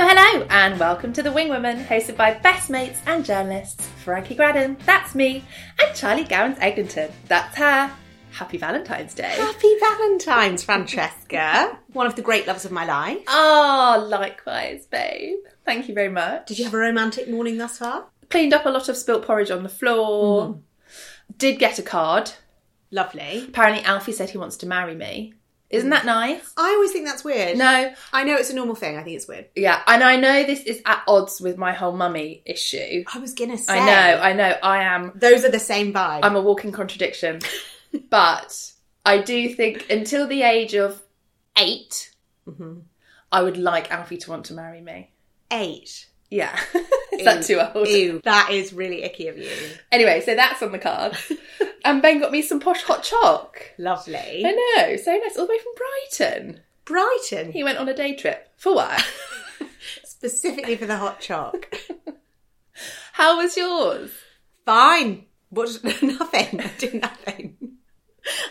and welcome to The Wing Women, hosted by best mates and journalists Frankie Gradden, that's me, and Charlie Gowans Eglinton, that's her. Happy Valentine's Day. Happy Valentine's, Francesca. One of the great loves of my life. Ah, likewise, babe. Thank you very much. Did you have a romantic morning thus far? Cleaned up a lot of spilt porridge on the floor. Did get a card. Lovely. Apparently, Alfie said he wants to marry me. Isn't that nice? I always think that's weird. No, I know it's a normal thing. I think it's weird. yeah, and I know this is at odds with my whole mummy issue. I was gonna say. I know, I know, I am Those are the same vibe. I'm a walking contradiction. but I do think until the age of 8 Mm-hmm. I would like Alfie to want to marry me. Eight. Yeah. Is that too old? Ew, that is really icky of you. Anyway, so that's on the cards. and Ben got me some posh hot choc. I Lovely. know, so nice, all the way from Brighton. Brighton, He went on a day trip for work. specifically for the hot chalk. How was yours? Fine. What? Nothing. I did nothing.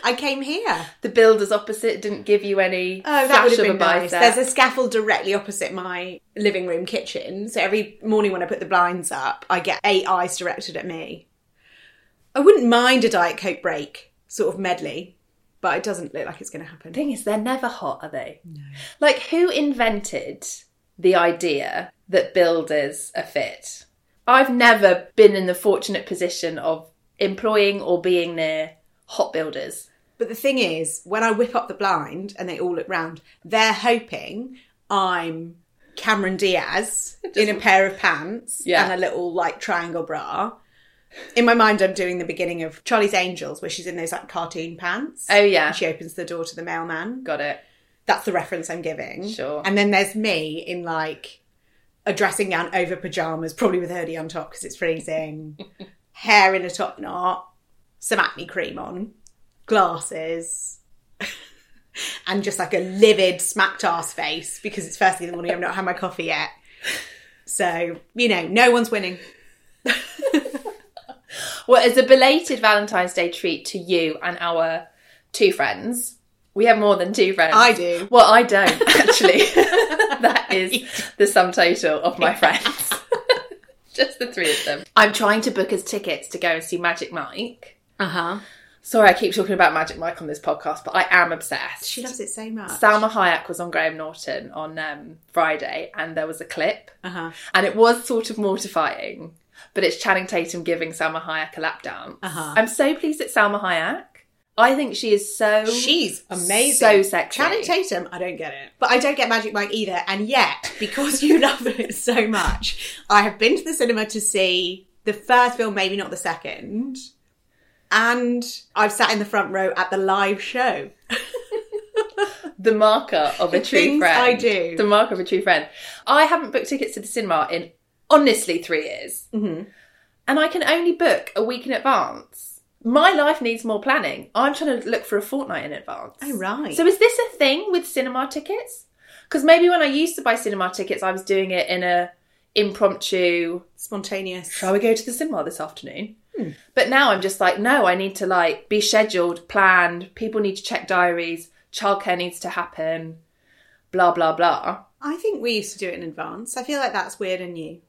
I came here. The builders opposite didn't give you any Oh, that flash would have of been a nice. bicep. There's a scaffold directly opposite my living room kitchen, so every morning when I put the blinds up, I get eight eyes directed at me. I wouldn't mind a Diet Coke break, sort of medley, but it doesn't look like it's going to happen. thing is, they're never hot, are they? No. Like, who invented the idea that builders are fit? I've never been in the fortunate position of employing or being near hot builders. But the thing is, when I whip up the blind and they all look round, they're hoping I'm Cameron Diaz in a pair of pants Yeah. and a little like triangle bra. In my mind, I'm doing the beginning of Charlie's Angels, where she's in those like cartoon pants. Oh, yeah. She opens the door to the mailman. Got it. That's the reference I'm giving. Sure. And then there's me in like a dressing gown over pajamas, probably with a hoodie on top because it's freezing, hair in a top knot, some acne cream on, glasses, and just like a livid, smacked ass face because it's first thing in the morning. I've not had my coffee yet. So, you know, no one's winning. Well, as a belated Valentine's Day treat to you and our two friends, we have more than two friends. I do. Well, I don't, actually. that is the sum total of my friends. Just the three of them. I'm trying to book us tickets to go and see Magic Mike. Uh huh. Sorry, I keep talking about Magic Mike on this podcast, but I am obsessed. She loves it so much. Salma Hayek was on Graham Norton on um, Friday, and there was a clip, Uh huh. and it was sort of mortifying. But it's Channing Tatum giving Salma Hayek a lap dance. Uh-huh. I'm so pleased it's Salma Hayek. I think she is so She's amazing. so sexy. Channing Tatum, I don't get it. But I don't get Magic Mike either. And yet, because you love it so much, I have been to the cinema to see the first film, maybe not the second. And I've sat in the front row at the live show. the marker of a true things friend. I do. The marker of a true friend. I haven't booked tickets to the cinema in honestly three years. Mm-hmm. And I can only book a week in advance. My life needs more planning. I'm trying to look for a fortnight in advance. Oh, right. So is this a thing with cinema tickets? Because maybe when I used to buy cinema tickets, I was doing it in a impromptu Spontaneous. shall we go to the cinema this afternoon? Hmm. But now I'm just like, no, I need to like be scheduled, planned. People need to check diaries. Childcare needs to happen. Blah blah blah. I think we used to do it in advance. I feel like that's weird and new.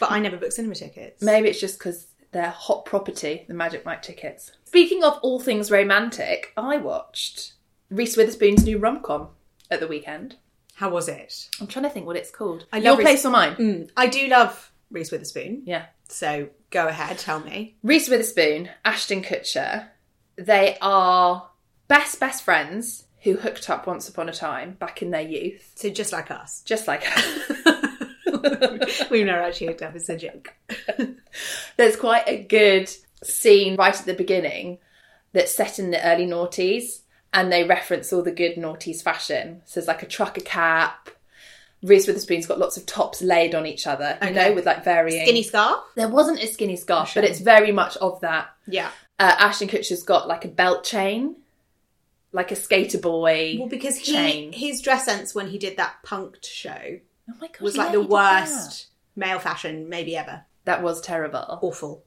But I never book cinema tickets. Maybe it's just because they're hot property, the Magic Mike tickets. Speaking of all things romantic, I watched Reese Witherspoon's new rom com at the weekend. How was it? I'm trying to think what it's called. I Your love Reese- place or mine? Mm, I do love Reese Witherspoon. Yeah. So go ahead, tell me. Reese Witherspoon, Ashton Kutcher, they are best best friends who hooked up once upon a time back in their youth, So just like us. just like We've never actually hooked up. It's a joke. there's quite a good scene right at the beginning that's set in the early noughties and they reference all the good noughties fashion. So there's like a trucker cap. Reese Witherspoon's got lots of tops laid on each other, you know, with like varying. Skinny scarf. There wasn't a skinny scarf, but it's very much of that Yeah. uh, Ashton Kutcher's got like a belt chain, like a skater boy. Well, because he chain. his dress sense when he did that punked show oh my god, was yeah, like the he did that. worst male fashion maybe ever. That. was terrible. Awful.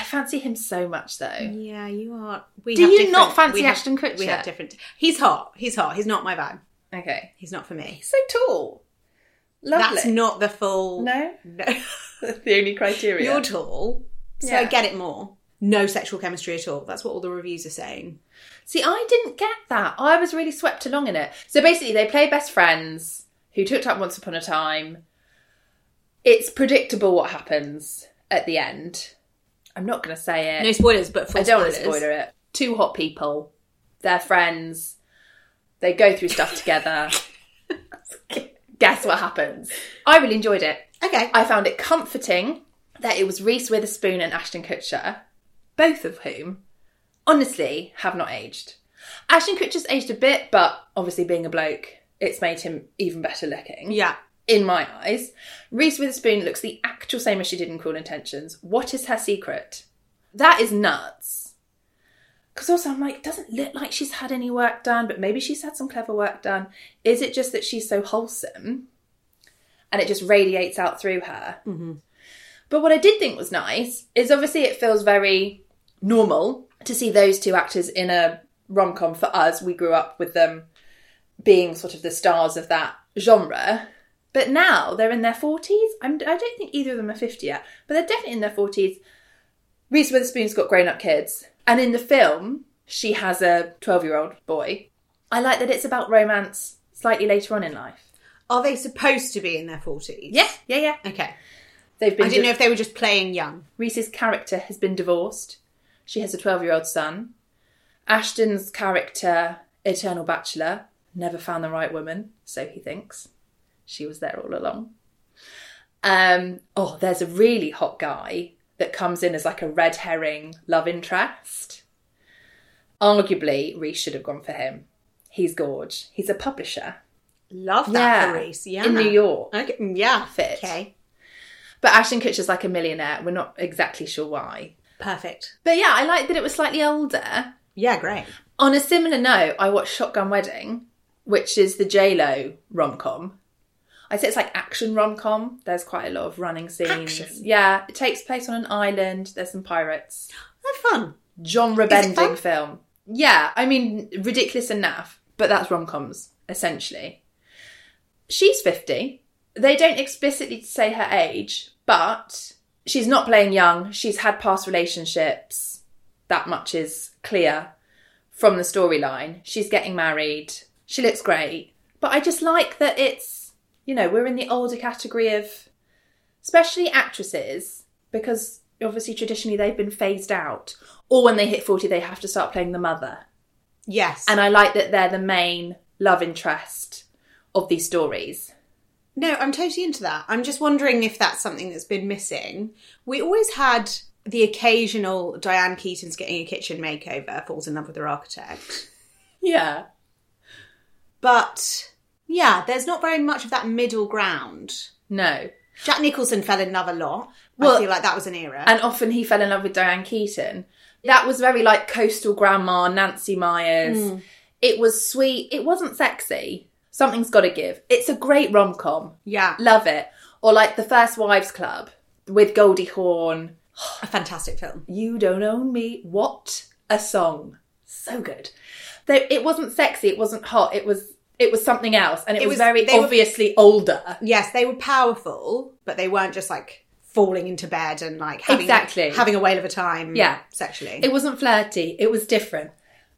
I fancy him so much though. Yeah, you are. We Do have you different- not fancy we have- Ashton Kutcher? We have different. He's hot. He's hot. He's not my vibe. Okay, He's not for me. he's so tall. Lovely. That's not the full. no, No. the only criteria. You're tall, so Yeah. I get it more. No sexual chemistry at all. That's what all the reviews are saying. See, I didn't get that. I was really swept along in it. So basically, they play best friends who hooked up once upon a time. It's predictable what happens at the end. I'm not going to say it. No spoilers, but full I don't want spoilers. to spoiler it. Two hot people, they're friends, they go through stuff together. Guess what happens? I really enjoyed it. Okay. I found it comforting that it was Reese Witherspoon and Ashton Kutcher, both of whom, honestly, have not aged. Ashton Kutcher's aged a bit, but obviously, being a bloke, it's made him even better looking, yeah. in my eyes. Reese Witherspoon looks the actual same as she did in Cruel Intentions. What is her secret? That is nuts. Because also, I'm like, it doesn't look like she's had any work done, but maybe she's had some clever work done. Is it just that she's so wholesome and it just radiates out through her? But what I did think was nice is obviously it feels very normal to see those two actors in a rom com for us. We grew up with them being sort of the stars of that genre. But now they're in their 40s. I'm, I don't think either of them are 50 yet, but they're definitely in their 40s. Reese Witherspoon's got grown up kids. And in the film, she has a 12 year old boy. I like that it's about romance slightly later on in life. Are they supposed to be in their 40s? Yeah, yeah, yeah. Okay. They've been I didn't know if they were just playing young. Reese's character has been divorced. She has a 12 year old son. Ashton's character, Eternal Bachelor, never found the right woman, so he thinks. She was there all along. Um, oh, there's a really hot guy that comes in as like a red herring love interest. Arguably, Reese should have gone for him. He's gorge. He's a publisher Love that for Reese. Yeah. in New York. Okay. Yeah. Fit. Okay. But Ashton Kutcher's like a millionaire. We're not exactly sure why. Perfect. But yeah, I like that it was slightly older. Yeah, great. On a similar note, I watched Shotgun Wedding, which is the J Lo rom com. I say it's like action rom com. There's quite a lot of running scenes. Action? Yeah, it takes place on an island. There's some pirates. They're fun. Genre bending fun? film. Yeah, I mean ridiculous and naff, but that's rom coms essentially. She's fifty. They don't explicitly say her age, but she's not playing young. She's had past relationships. That much is clear from the storyline. She's getting married. She looks great. But I just like that it's, you know, we're in the older category of, especially actresses, because obviously traditionally they've been phased out. Or when they hit 40, they have to start playing the mother. Yes. And I like that they're the main love interest of these stories. No, I'm totally into that. I'm just wondering if that's something that's been missing. We always had the occasional Diane Keaton's getting a kitchen makeover, falls in love with her architect. Yeah. But yeah, there's not very much of that middle ground. No. Jack Nicholson fell in love a lot. Well- I feel like that was an era. And often he fell in love with Diane Keaton. That was very like coastal grandma, Nancy Myers. It was sweet. It wasn't sexy. Something's got to give. It's a great rom com. yeah, Love it. Or like The First Wives Club with Goldie Hawn. a fantastic film. You Don't Own Me. What a song. So good. Though it wasn't sexy, it wasn't hot, it was it was something else. And it, It was, was- very they were- obviously older. Yes, they were powerful, but they weren't just like falling into bed and like having, Exactly. having a whale of a time Yeah. sexually. It wasn't flirty, it was different.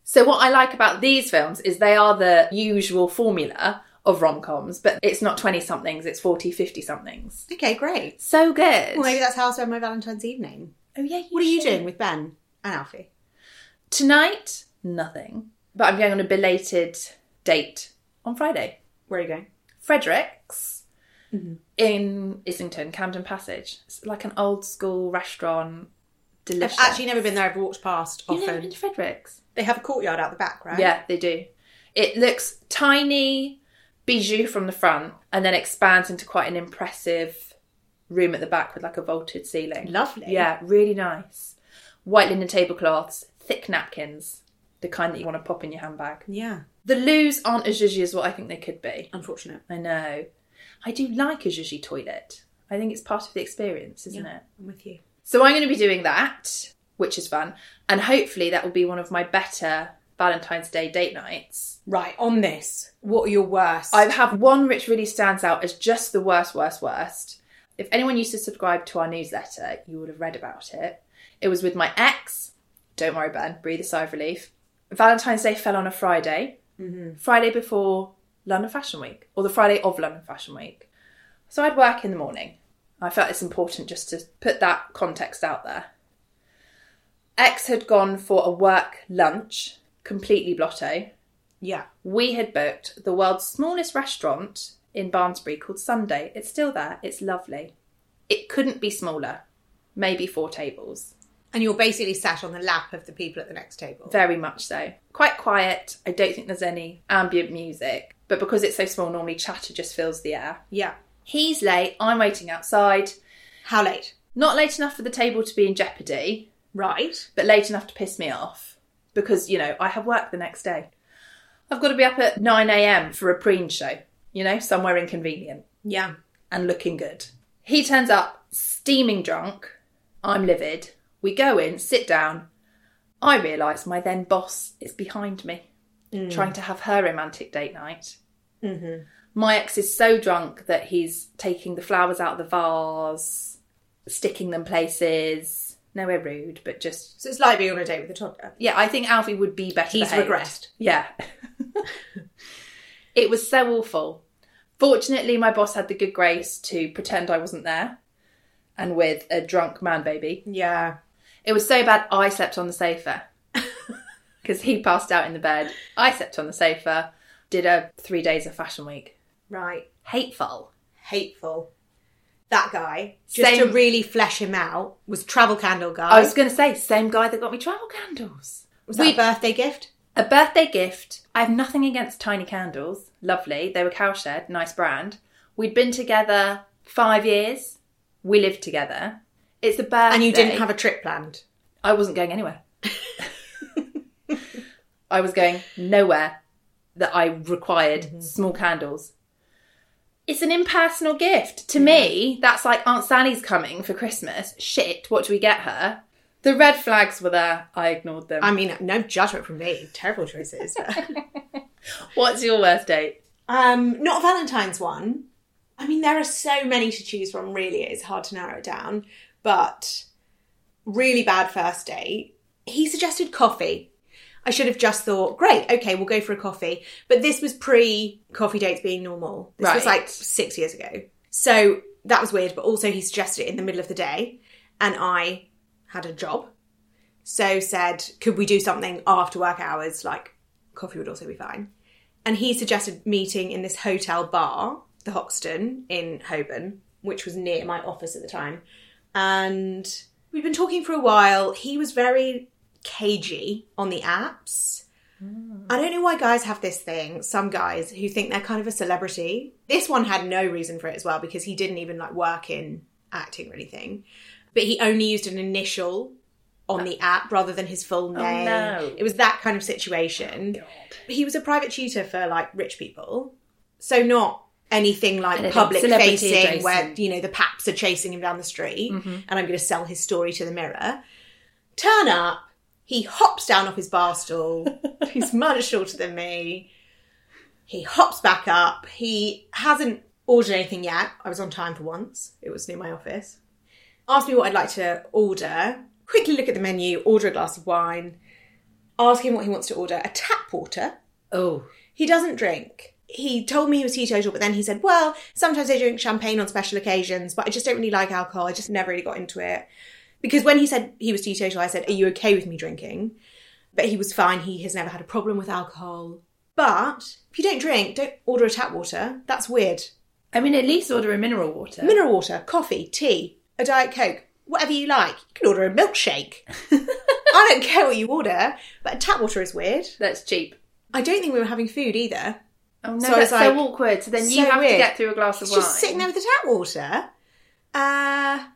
So, what I like about these films is they are the usual formula of rom coms, but it's not 20 somethings, it's 40, 50 somethings. okay, great. So good. Well, maybe that's how I spend Oh my Valentine's evening. oh, yeah. What are you doing with Ben and Alfie? Tonight, nothing. But I'm going on a belated date on Friday. Where are you going? Frederick's Mm-hmm. in Islington, Camden Passage. It's like an old school restaurant. I've Delicious. actually never been there. I've walked past you often. never been to Frederick's? they have a courtyard out the back, right? Yeah, they do. It looks tiny, bijou from the front, and then expands into quite an impressive room at the back with like a vaulted ceiling. Lovely. Yeah, really nice. White linen tablecloths, thick napkins, the kind that you want to pop in your handbag. Yeah. The loos aren't as zhuzhy as what I think they could be. Unfortunate. I know. I do like a zhuzhy toilet. I think it's part of the experience, isn't it? I'm with you. So I'm going to be doing that, which is fun, and hopefully that will be one of my better Valentine's Day date nights. Right, on this, what are your worst? I have one which really stands out as just the worst, worst, worst. If anyone used to subscribe to our newsletter, you would have read about it. It was with my ex. Don't worry, Ben. Breathe a sigh of relief. Valentine's Day fell on a Friday, Friday before London Fashion Week, or the Friday of London Fashion Week. So I'd work in the morning. I felt it's important just to put that context out there. Ex had gone for a work lunch, completely blotto, yeah. we had booked the world's smallest restaurant in Barnsbury called Sunday. It's still there, it's lovely. It couldn't be smaller, maybe four tables. And you're basically sat on the lap of the people at the next table. Very much so. Quite quiet. I don't think there's any ambient music, but because it's so small, normally chatter just fills the air. Yeah. He's late, I'm waiting outside. How late? Not late enough for the table to be in jeopardy, Right. but late enough to piss me off because, you know, I have work the next day. I've got to be up at 9 am for a preen show, you know, somewhere inconvenient. Yeah. and looking good. He turns up steaming drunk. I'm livid. We go in, sit down. I realise my then boss is behind me, trying to have her romantic date night. My ex is so drunk that he's taking the flowers out of the vase, sticking them places. No, we're rude, but just So it's like being on a date with a toddler. yeah. I think Alfie would be better. He's behaved. regressed. Yeah. it was so awful. Fortunately, my boss had the good grace to pretend I wasn't there and with a drunk man baby. Yeah. It was so bad, I slept on the sofa because he passed out in the bed. I slept on the sofa, did a three days of fashion week. Right. Hateful. Hateful. That guy, just Same- to really flesh him out, was travel candle guy. I was going to say, same guy that got me travel candles. was that we- a birthday gift? A birthday gift. I have nothing against tiny candles. Lovely. They were Cowshed, nice brand. We'd been together five years. We lived together. It's a birthday. And you didn't have a trip planned. I wasn't going anywhere. I was going nowhere that I required Mm-hmm. small candles. It's an impersonal gift. To me, that's like Aunt Sally's coming for Christmas. Shit, what do we get her? The red flags were there. I ignored them. I mean, no judgment from me. Terrible choices. but- What's your worst date? um, not a Valentine's one. I mean, there are so many to choose from. Really, it's hard to narrow it down. But really bad first date. He suggested coffee. I should have just thought, great, okay, we'll go for a coffee. But this was pre coffee dates being normal. This was Right. like six years ago. So that was weird. But also, he suggested it in the middle of the day. And I had a job. So said, could we do something after work hours? Like, coffee would also be fine. And he suggested meeting in this hotel bar, the Hoxton in Holborn, which was near my office at the time. And we'd been talking for a while. He was very cagey on the apps. I don't know why guys have this thing, some guys who think they're kind of a celebrity. This one had no reason for it as well because he didn't even like work in acting or anything. But he only used an initial on the app rather than his full name. no. It was that kind of situation. But he was a private tutor for like rich people, so not anything like Anything public celebrity facing adjacent. Mm-hmm. where you know the paps are chasing him down the street, and I'm going to sell his story to the mirror. Turn up, he hops down off his bar stool. he's much shorter than me. He hops back up. He hasn't ordered anything yet. I was on time for once. It was near my office. Asked me what I'd like to order. Quickly look at the menu, order a glass of wine. Ask him what he wants to order. A tap water. Oh, He doesn't drink. He told me he was teetotal, but then he said, well, sometimes I drink champagne on special occasions, but I just don't really like alcohol. I just never really got into it. Because when he said he was teetotal, I said, are you okay with me drinking? But he was fine. He has never had a problem with alcohol. But if you don't drink, don't order a tap water. That's weird. I mean, at least order a mineral water. Mineral water, coffee, tea, a Diet Coke, whatever you like. You can order a milkshake. I don't care what you order, but tap water is weird. That's cheap. I don't think we were having food either. Oh no, So I that's was so like, awkward. So then you so have to weird. get through a glass of He's wine. just sitting there with the tap water. Uh,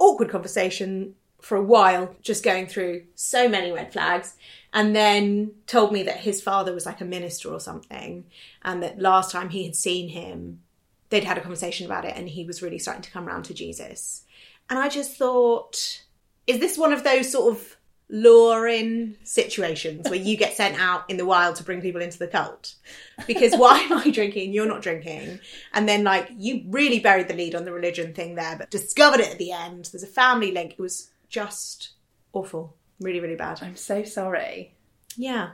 awkward conversation for a while, just going through so many red flags. And then told me that his father was like a minister or something, and that last time he had seen him, they'd had a conversation about it, and he was really starting to come round to Jesus. And I just thought, is this one of those sort of luring situations where you get sent out in the wild to bring people into the cult. Because why am I drinking? You're not drinking. And then, like, you really buried the lead on the religion thing there, but discovered it at the end. There's a family link. It was just awful. Really, really bad. I'm so sorry. Yeah.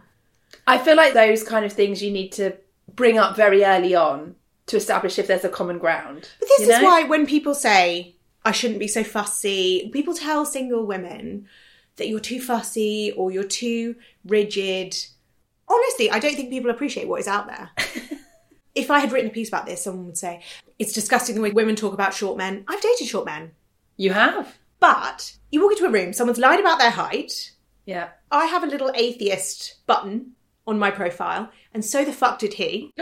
I feel like those kind of things you need to bring up very early on to establish if there's a common ground. But this you is know? why when people say, I shouldn't be so fussy, people tell single women that you're too fussy or you're too rigid. Honestly, I don't think people appreciate what is out there. if I had written a piece about this, someone would say, It's disgusting the way women talk about short men. I've dated short men. you have. But you walk into a room, someone's lied about their height. Yeah. I have a little atheist button on my profile, and so the fuck did he.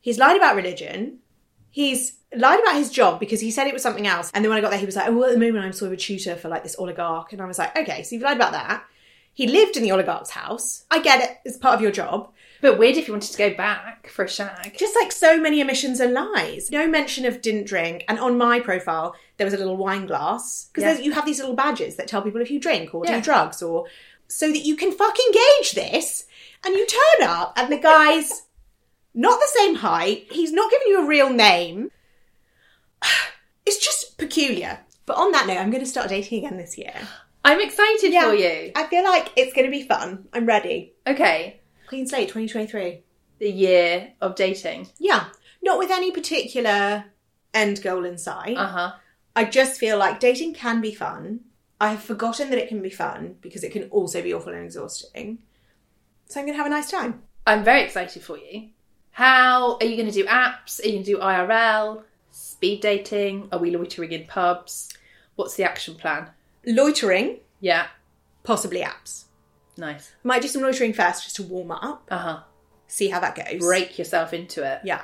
He's lied about religion. He's lied about his job because he said it was something else. And then when I got there, he was like, oh, well, at the moment, I'm sort of a tutor for like this oligarch. And I was like, okay, so you've lied about that. He lived in the oligarch's house. I get it. It's part of your job. But weird if you wanted to go back for a shag. Just like so many omissions and lies. No mention of didn't drink. And on my profile, there was a little wine glass Yeah. because you have these little badges that tell people if you drink or Yeah. do drugs or so that you can fucking gauge this. And you turn up and the guy's not the same height. He's not giving you a real name. It's just peculiar. But on that note, I'm going to start dating again this year. I'm excited for you. I feel like it's going to be fun. I'm ready. Okay. Clean slate 2023. The year of dating. Yeah. Not with any particular end goal in sight. Uh huh. I just feel like dating can be fun. I have forgotten that it can be fun because it can also be awful and exhausting. So I'm going to have a nice time. I'm very excited for you. How are you going to do apps? Are you going to do IRL? Speed dating? Are we loitering in pubs? What's the action plan? Loitering, Yeah. possibly apps. Nice. Might do some loitering first just to warm up, Uh huh. see how that goes. Break yourself into it. Yeah.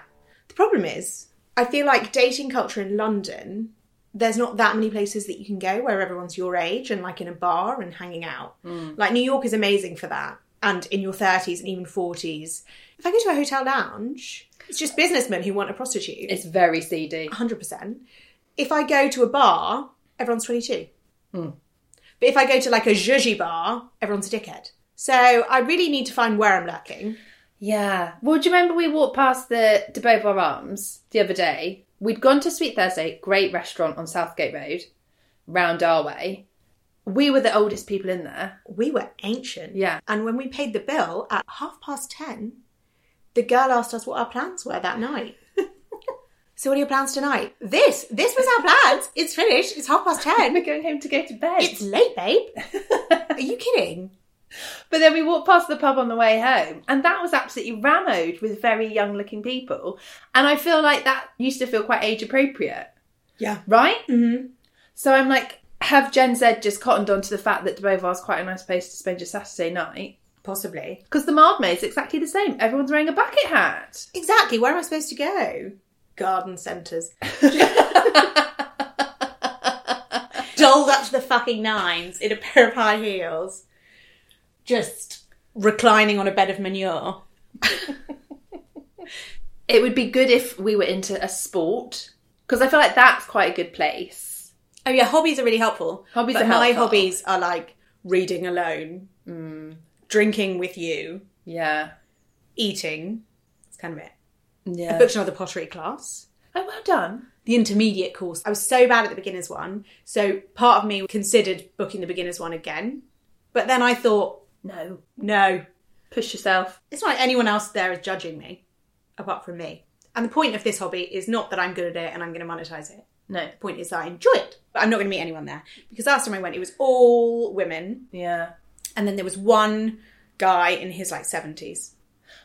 The problem is, I feel like dating culture in London, there's not that many places that you can go where everyone's your age and like in a bar and hanging out. Like New York is amazing for that. And in your 30s and even 40s. If I go to a hotel lounge, it's just businessmen who want a prostitute. It's very seedy. 100%. If I go to a bar, everyone's 22. But if I go to like a zhuzhi bar, everyone's a dickhead. So I really need to find where I'm lurking. Yeah. Well, do you remember we walked past the De Beauvoir Arms the other day? We'd gone to Sweet Thursday, great restaurant on Southgate Road, round our way. We were the oldest people in there. we were ancient. Yeah. And when we paid the bill at half past 10, the girl asked us what our plans were that night. so, what are your plans tonight? This, this was our plans. It's finished. It's half past 10. We're going home to go to bed. It's late, babe. Are you kidding? But then we walked past the pub on the way home, and that was absolutely rammed with very young looking people. And I feel like that used to feel quite age appropriate, Yeah. right? Mhm. So I'm like, have Gen Z just cottoned on to the fact that De Beauvoir's quite a nice place to spend your Saturday night? Possibly. Because the Mard Maid's exactly the same. Everyone's wearing a bucket hat. Exactly. Where am I supposed to go? Garden centres. Doled up to the fucking nines in a pair of high heels. Just reclining on a bed of manure. It would be good if we were into a sport, because I feel like that's quite a good place. Oh yeah, hobbies are really helpful. Hobbies but are my helpful. Hmm. hobbies are like reading alone, drinking with you, Yeah. eating. That's kind of it. I Yeah. booked another pottery class. Oh, well done. The intermediate course. I was so bad at the beginners one, so part of me considered booking the beginners one again. But then I thought, No. no, Push yourself. it's not like anyone else there is judging me, apart from me. And the point of this hobby is not that I'm good at it and I'm going to monetize it. No. The point is that I enjoy it, but I'm not going to meet anyone there because last time I went, it was all women. Yeah. and then there was one guy in his like 70s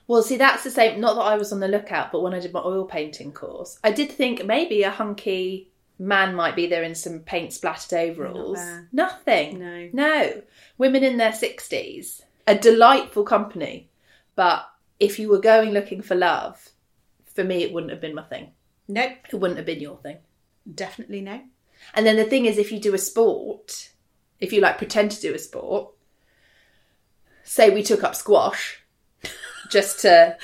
Well, see, that's the same. Not that I was on the lookout, but when I did my oil painting course, I did think maybe a hunky man might be there in some paint splattered overalls. there. Nothing. No. No. Women in their 60s. A delightful company. But if you were going looking for love, for me, it wouldn't have been my thing. nope It wouldn't have been your thing. definitely no And then the thing is, if you do a sport, if you like pretend to do a sport, say we took up squash just to oh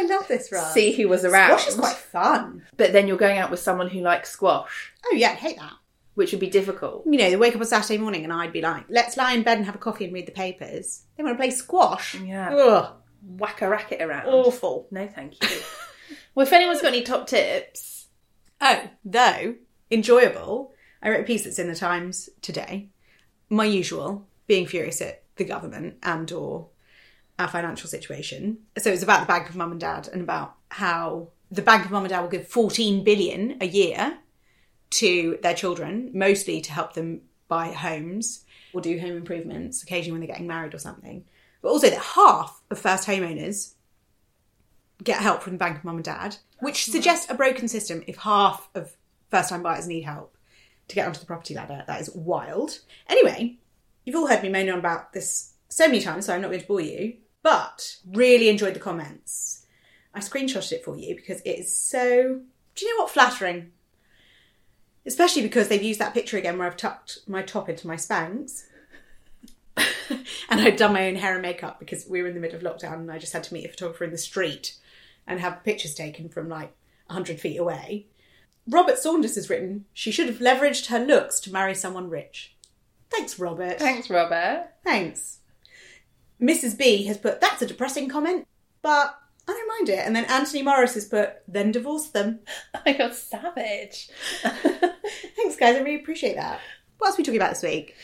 my god i love this run see who was around. squash is quite fun but then you're going out with someone who likes squash. oh yeah i hate that which would be difficult. You know, they wake up on Saturday morning and I'd be like, let's lie in bed and have a coffee and read the papers. They want to play squash. Yeah. Ugh, Whack a racket around. awful. No, thank you. well, if anyone's got any top tips, Oh, though, enjoyable. I wrote a piece that's in the Times today. My usual, being furious at the government and or our financial situation. So it's about the Bank of Mum and Dad and about how the Bank of Mum and Dad will give 14 billion a year to their children, mostly to help them buy homes or do home improvements, occasionally when they're getting married or something. But also that half of first homeowners get help from the Bank of Mum and Dad, which suggests a broken system if half of first time buyers need help to get onto the property ladder. That is wild. Anyway, you've all heard me moaning on about this so many times, so I'm not going to bore you, but really enjoyed the comments. I screenshotted it for you because it is so, do you know what, flattering. Especially because they've used that picture again where I've tucked my top into my spanks. and I'd done my own hair and makeup because we were in the middle of lockdown and I just had to meet a photographer in the street and have pictures taken from like 100 feet away. Robert Saunders has written, she should have leveraged her looks to marry someone rich. Thanks, Robert. thanks, Robert. Thanks. Mrs. B has put, that's a depressing comment, but I don't mind it. And then Anthony Morris has put, then divorce them. I got Oh, savage. Thanks, guys. I really appreciate that. What else are we talking about this week?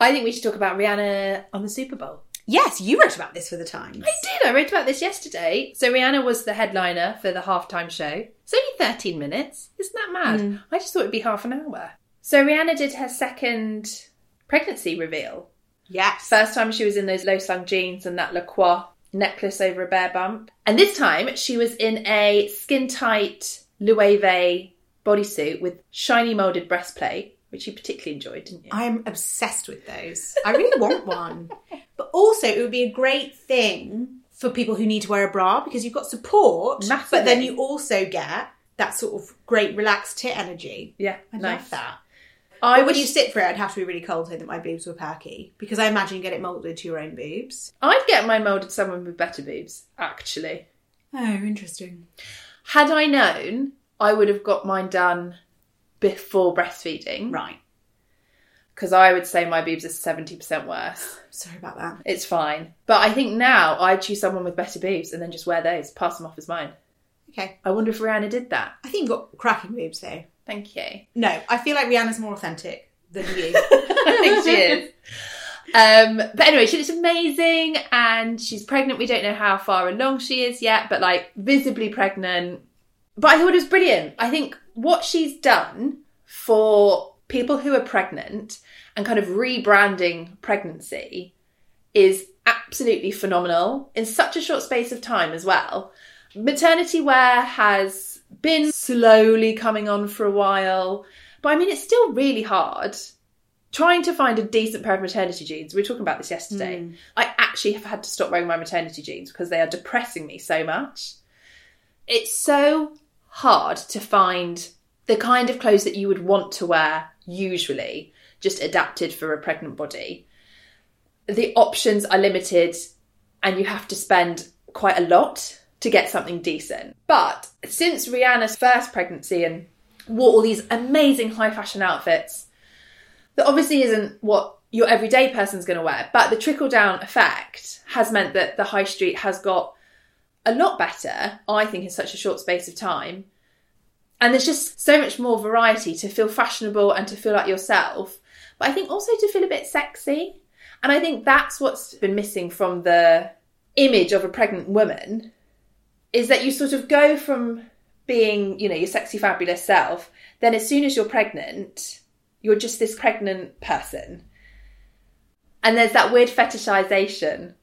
I think we should talk about Rihanna on the Super Bowl. Yes, you wrote about this for the Times. I did. I wrote about this yesterday. So Rihanna was the headliner for the halftime show. It's only 13 minutes. Isn't that mad? I just thought it'd be half an hour. So Rihanna did her second pregnancy reveal. Yes. First time she was in those low slung jeans and that LaCroix necklace over a bear bump. And this time she was in a skin tight Loewe bodysuit with shiny moulded breastplate, which you particularly enjoyed, didn't you? I am obsessed with those. I really want one. But also, it would be a great thing for people who need to wear a bra because you've got support, but then Massively. you also get that sort of great relaxed tit energy. yeah, I nice. love that. I I would would you sit for it, I'd have to be really cold so that my boobs were perky because I imagine you get it molded to your own boobs. I'd get my moulded someone with better boobs, actually. Oh, interesting. Had I known, I would have got mine done before breastfeeding Right. because I would say my boobs are 70% worse. Sorry about that. It's fine. But I think now I'd choose someone with better boobs and then just wear those, pass them off as mine. Okay. I wonder if Rihanna did that. I think you've got cracking boobs though. Thank you. No, I feel like Rihanna's more authentic than you. I think she is. Um, but anyway, she looks amazing and she's pregnant. We don't know how far along she is yet, but like visibly pregnant. But I thought it was brilliant. I think what she's done for people who are pregnant and kind of rebranding pregnancy is absolutely phenomenal in such a short space of time as well. Maternity wear has been slowly coming on for a while, but I mean, it's still really hard trying to find a decent pair of maternity jeans. We were talking about this yesterday. I actually have had to stop wearing my maternity jeans because they are depressing me so much. It's so hard to find the kind of clothes that you would want to wear usually, just adapted for a pregnant body. The options are limited and you have to spend quite a lot to get something decent. But since Rihanna's first pregnancy and wore all these amazing high fashion outfits, that obviously isn't what your everyday person's going to wear, but the trickle down effect has meant that the high street has got a lot better, I think, in such a short space of time. And there's just so much more variety to feel fashionable and to feel like yourself, but I think also to feel a bit sexy. And I think that's what's been missing from the image of a pregnant woman is that you sort of go from being, you know, your sexy, fabulous self, then as soon as you're pregnant, you're just this pregnant person. And there's that weird fetishization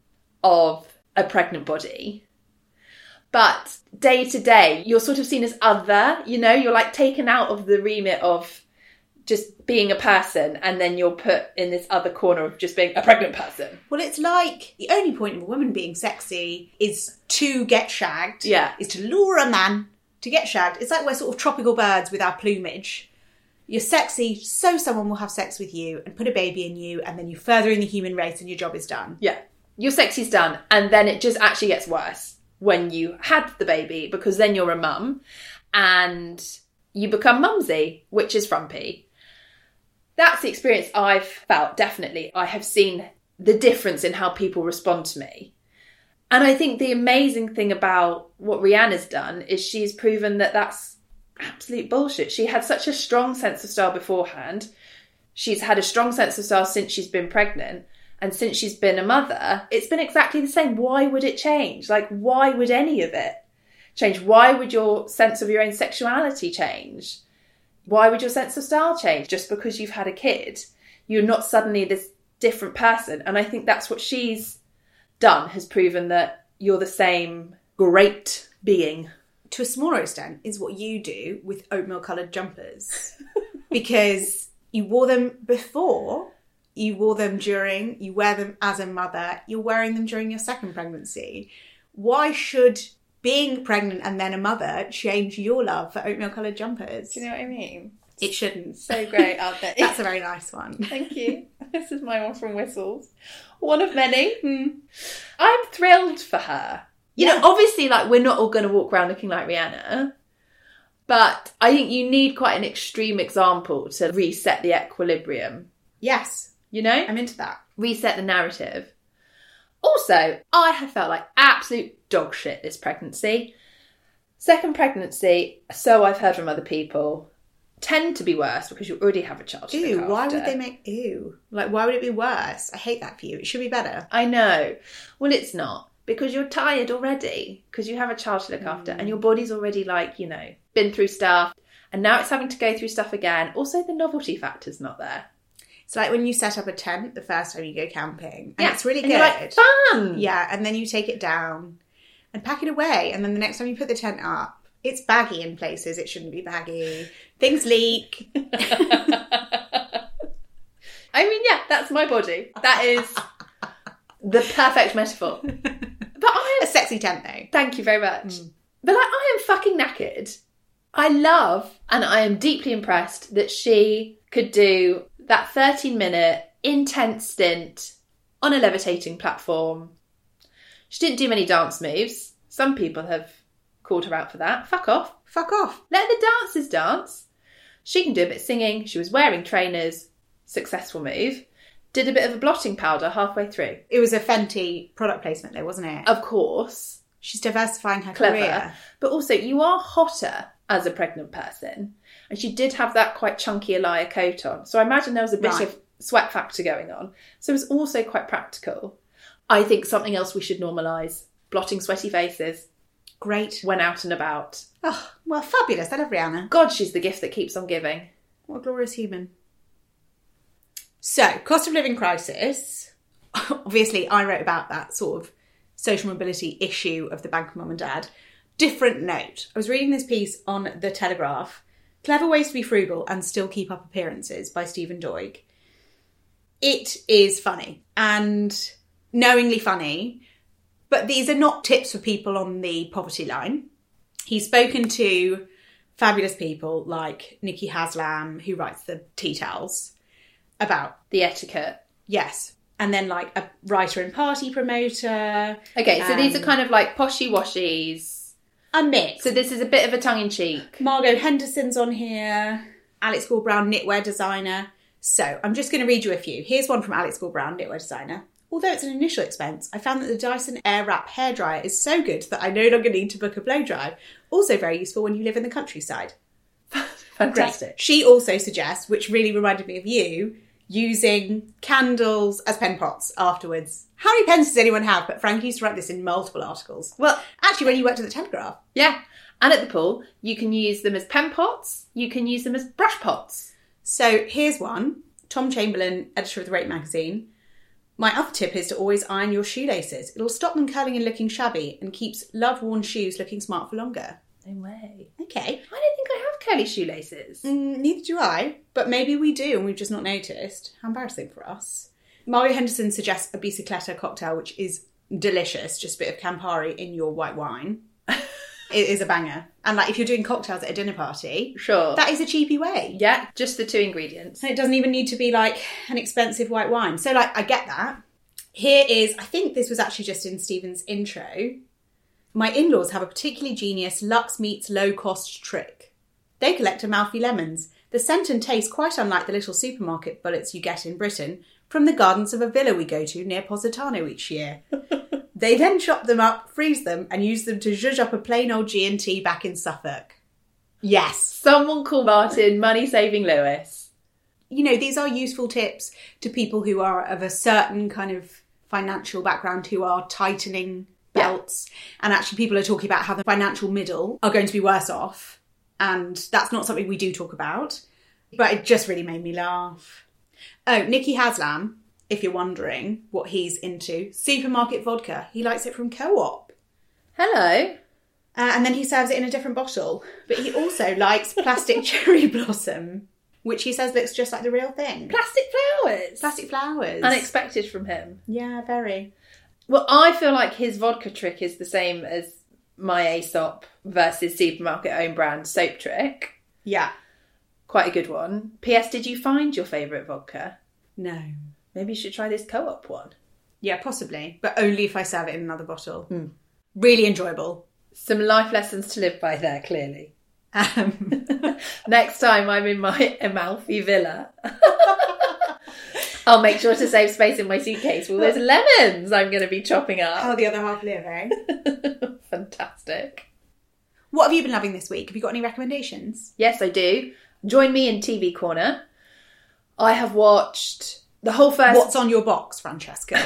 of a pregnant body. But day to day, you're sort of seen as other, you know, you're like taken out of the remit of just being a person and then you're put in this other corner of just being a pregnant person. Well, it's like the only point of a woman being sexy is to get shagged. Yeah. Is to lure a man to get shagged. It's like we're sort of tropical birds with our plumage. You're sexy, so someone will have sex with you and put a baby in you, and then you're furthering the human race and your job is done. Yeah. Your sexy's done, and then it just actually gets worse when you had the baby because then you're a mum and you become mumsy, which is frumpy. That's the experience I've felt, definitely. I have seen the difference in how people respond to me. And I think the amazing thing about what Rihanna's done is she's proven that that's absolute bullshit. She had such a strong sense of style beforehand. She's had a strong sense of style since she's been pregnant and since she's been a mother. It's been exactly the same. Why would it change? Like, why would any of it change? Why would your sense of your own sexuality change? Why would your sense of style change just because you've had a kid? You're not suddenly this different person. And I think that's what she's done has proven that you're the same great being. to a smaller extent, is what you do with oatmeal coloured jumpers. because you wore them before, you wore them during, you wear them as a mother, you're wearing them during your second pregnancy. Why should being pregnant and then a mother change your love for oatmeal coloured jumpers? Do you know what I mean? it shouldn't. So great out there. That's a very nice one. Thank you. This is my one from Whistles. One of many. Hmm. I'm thrilled for her. You know, obviously, like, we're not all going to walk around looking like Rihanna, but I think you need quite an extreme example to reset the equilibrium, Yes, you know? I'm into that. reset the narrative. Also, I have felt like absolute dog shit this pregnancy. Second pregnancy, so I've heard from other people, tend to be worse because you already have a child. To Ew, look why after. would they make ew? Like, why would it be worse? I hate that for you. It should be better. I know. Well, it's not because you're tired already because you have a child to look after Mm. and your body's already like, you know, been through stuff and now it's having to go through stuff again. Also, the novelty factor's not there. It's like when you set up a tent the first time you go camping, and Yeah, it's really and good. you're like, fun! Yeah, and then you take it down and pack it away. And then the next time you put the tent up, it's baggy in places. It shouldn't be baggy. Things leak. I mean, yeah, that's my body. That is the perfect metaphor. But I A am, sexy tent, though. thank you very much. But like, I am fucking knackered. I love and I am deeply impressed that she could do that 13 minute intense stint on a levitating platform. She didn't do many dance moves. Some people have called her out for that. Fuck off. Fuck off. Let the dancers dance. She can do a bit of singing. She was wearing trainers. Successful move. Did a bit of a blotting powder halfway through. It was a Fenty product placement, though, wasn't it? Of course, She's diversifying her Oh. clever. career. But also, you are hotter as a pregnant person. And she did have that quite chunky Elia coat on. So I imagine there was a bit Right. of sweat factor going on. So it was also quite practical. I think something else we should normalise blotting sweaty faces Great. when out and about. Oh, well, fabulous. I love Rihanna. God, she's the gift that keeps on giving. What a glorious human. So, cost of living crisis. Obviously, I wrote about that sort of social mobility issue of the Bank of Mum and Dad. Different note. I was reading this piece on The Telegraph Clever Ways to Be Frugal and Still Keep Up Appearances by Stephen Doig. It is funny and knowingly funny, but these are not tips for people on the poverty line. He's spoken to fabulous people like Nikki Haslam, who writes the tea towels, about The etiquette. yes, and then like a writer and party promoter, Okay, so these are kind of like poshy washies. a mix. So this is a bit of a tongue in cheek. Margot Henderson's on here, Alex Gorbrown, knitwear designer. So I'm just going to read you a few. Here's one from Alex Gorbrown, knitwear designer. Although it's an initial expense, I found that the Dyson Airwrap hairdryer is so good that I no longer need to book a blow dry. Also very useful when you live in the countryside. Fantastic. She also suggests, which really reminded me of you, using candles as pen pots afterwards. How many pens does anyone have? But Frank used to write this in multiple articles. Well, Actually, when you worked at the Telegraph, yeah. And at the pool, you can use them as pen pots. You can use them as brush pots. So here's one. Tom Chamberlain, editor of the Rate magazine. My other tip is to always iron your shoelaces. It'll stop them curling and looking shabby and keeps love worn shoes looking smart for longer. No way. Okay. I don't think I have curly shoelaces. Mm, neither do I, but maybe we do and we've just not noticed. How embarrassing for us. Mario Henderson suggests a bicicleta cocktail, which is delicious, just a bit of Campari in your white wine. it is a banger. And like if you're doing cocktails at a dinner party, Sure. that is a cheapy way. yeah, just the two ingredients. And it doesn't even need to be like an expensive white wine. So, like, I get that. Here is, I think this was actually just in Stephen's intro. My in laws have a particularly genius Lux meets low cost trick. They collect Amalfi lemons. The scent and taste quite unlike the little supermarket bullets you get in Britain from the gardens of a villa we go to near Positano each year. they then chop them up, freeze them, and use them to zhuzh up a plain old G&T back in Suffolk. Yes. Someone call Martin Money Saving Lewis. You know, these are useful tips to people who are of a certain kind of financial background who are tightening Yeah. belts. And actually, people are talking about how the financial middle are going to be worse off. And that's not something we do talk about. But it just really made me laugh. Oh, Nikki Haslam, if you're wondering what he's into, supermarket vodka. He likes it from Co op. Hello. Uh, and then he serves it in a different bottle. But he also likes plastic cherry blossom, which he says looks just like the real thing. Plastic flowers. Plastic flowers. Unexpected from him. yeah, very. Well, I feel like his vodka trick is the same as my Aesop versus supermarket own brand soap trick. Yeah. Quite a good one. P.S. Did you find your favourite vodka? No. Maybe you should try this co op one. Yeah, possibly, but only if I serve it in another bottle. Really enjoyable. Some life lessons to live by there, clearly. Um, Next time I'm in my Amalfi villa, I'll make sure to save space in my suitcase for all those lemons I'm going to be chopping up. how the other half live, eh? Fantastic. what have you been loving this week? Have you got any recommendations? Yes, I do. Join me in TV Corner. I have watched the whole first. What's on your box, Francesca?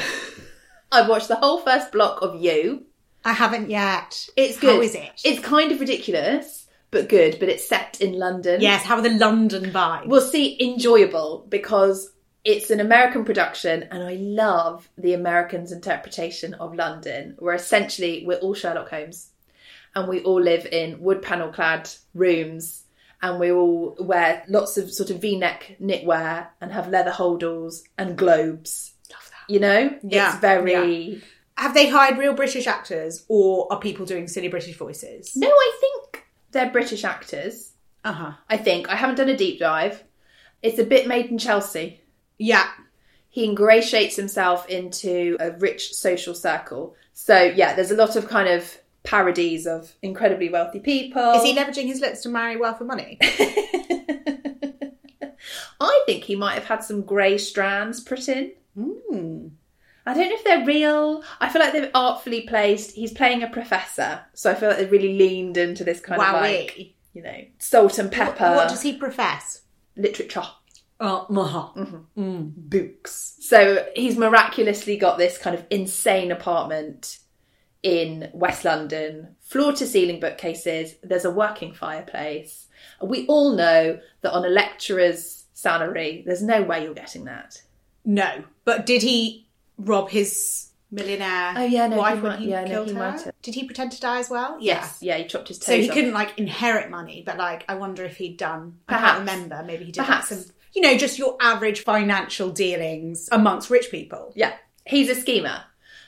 I've watched the whole first block of You. I haven't yet. It's good. How is it? It's kind of ridiculous, but good. But it's set in London. yes. How are the London vibes? Well, see, enjoyable because it's an American production, and I love the Americans' interpretation of London, where essentially we're all Sherlock Holmes, and we all live in wood panel clad rooms, and we all wear lots of sort of V neck knitwear and have leather holdalls and globes. Love that. You know, Yeah, it's very. Have they hired real British actors, or are people doing silly British voices? No, I think they're British actors. Uh huh. I think I haven't done a deep dive. It's a bit made in Chelsea. Yeah. he ingratiates himself into a rich social circle. So yeah, there's a lot of kind of parodies of incredibly wealthy people. Is he leveraging his looks to marry wealth and money? I think he might have had some grey strands put in. mm. I don't know if they're real. I feel like they've artfully placed. He's playing a professor, so I feel like they've really leaned into this kind of like Wowee. you know salt and What, pepper what does he profess? literature. Uh, books. So he's miraculously got this kind of insane apartment in West London, floor to ceiling bookcases. There's a working fireplace. We all know that on a lecturer's salary, there's no way you're getting that. No, but did he rob his millionaire Oh, yeah, no, wife he when might- he yeah, no, killed he her? might have. Did he pretend to die as well? Yeah. Yeah, he chopped his toes. So he off. couldn't like inherit money, but like I wonder if he'd done. I Perhaps. can't remember. Maybe he did like, Perhaps. some, you know, just your average financial dealings amongst rich people. Yeah, he's a schemer.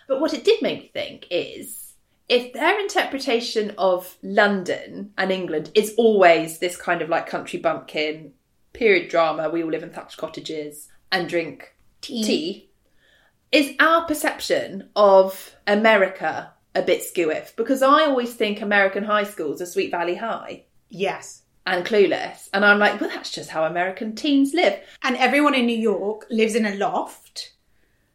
But what it did make me think is if their interpretation of London and England is always this kind of like country bumpkin, period drama, we all live in thatched cottages and drink tea, is our perception of America a bit skewiff? Because I always think American high schools are Sweet Valley High Yes. and clueless. And I'm like, well, that's just how American teens live. And everyone in New York lives in a loft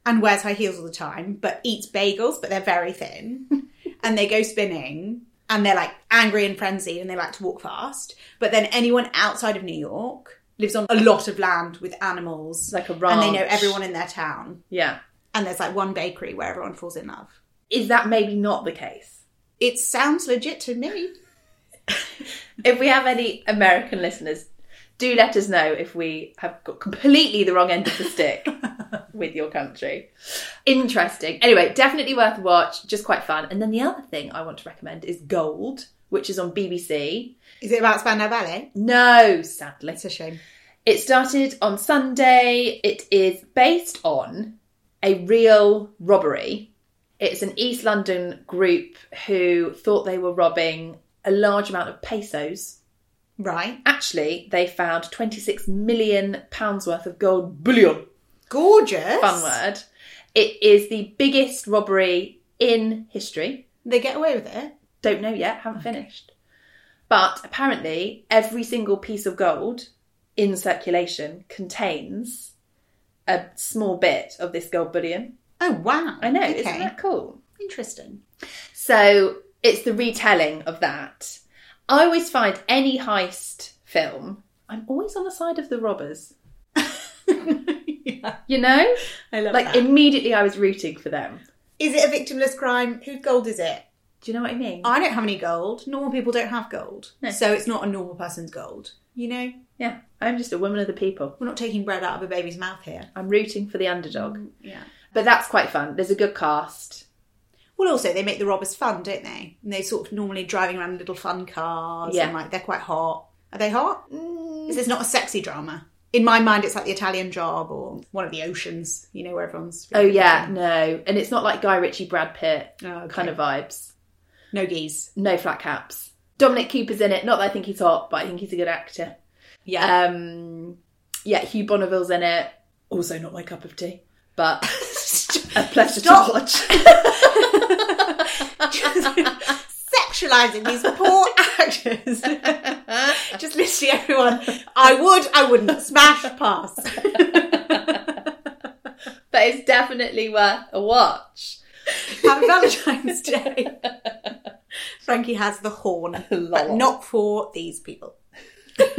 and wears high heels all the time, but eats bagels, but they're very thin. and they go spinning and they're like angry and frenzied and they like to walk fast. But then anyone outside of New York lives on a lot of land with animals. Like a And they know ranch. everyone in their town. Yeah. And there's like one bakery where everyone falls in love. Is that maybe not the case? It sounds legit to me. if we have any American listeners, do let us know if we have got completely the wrong end of the stick with your country. Interesting. Anyway, definitely worth a watch, just quite fun. And then the other thing I want to recommend is Gold, which is on BBC. Is it about Spandau Ballet? No, sadly. It's a shame. It started on Sunday. It is based on a real robbery. It's an East London group who thought they were robbing a large amount of pesos Right. Actually, they found 26 million pounds worth of gold bullion. Gorgeous. Fun word. It is the biggest robbery in history. They get away with it. Don't know yet, haven't finished. But apparently, every single piece of gold in circulation contains a small bit of this gold bullion. Oh wow! I know, Okay. isn't that cool? interesting? So it's the retelling of that. I always find any heist film, I'm always on the side of the robbers. yeah, You know? I love Like that. immediately I was rooting for them. Is it a victimless crime? Whose gold is it? Do you know what I mean? I don't have any gold. Normal people don't have gold, No. so it's not a normal person's gold. You know, Yeah. I'm just a woman of the people. we're not taking bread out of a baby's mouth here. I'm rooting for the underdog. Yeah. But that's quite fun. There's a good cast. Well, also they make the robbers fun, don't they? And they sort of normally driving around in little fun cars. Yeah. and like they're quite hot. Are they hot? Is this not a sexy drama? In my mind, it's like the Italian Job or one of the Oceans. You know where everyone's. Oh yeah, no. And it's not like Guy Ritchie, Brad Pitt Oh, okay. kind of vibes. no geese. No flat caps. Dominic Cooper's in it. Not that I think he's hot, but I think he's a good actor. Yeah, Um, yeah, Hugh Bonneville's in it. Also, not my cup of tea, but a pleasure Stop. to watch. sexualizing these poor actors. Just literally everyone. I would, I wouldn't. Smash pass. but it's definitely worth a watch. Happy Valentine's Day. Frankie has the horn, but Lol. not for these people.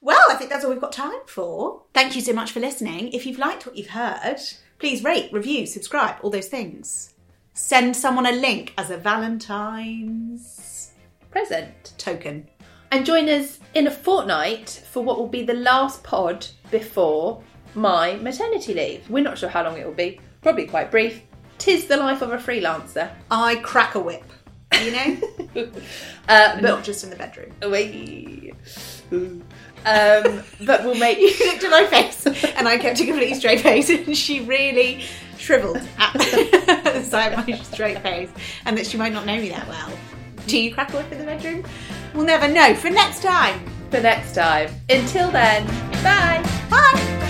well, I think that's all we've got time for. Thank you so much for listening. If you've liked what you've heard, please rate, review, subscribe, all those things. Send someone a link as a Valentine's Present. token. And join us in a fortnight for what will be the last pod before my maternity leave. We're not sure how long it will be, probably quite brief. Tis the life of a freelancer. I crack a whip, you know? Uh, but Not just in the bedroom. away. Um, but we'll make She looked at my face and I kept a completely straight face and she really shriveled at the side of my straight face and that she might not know me that well. Do you crackle up in the bedroom? We'll never know for next time. for next time. Until then, bye. Bye!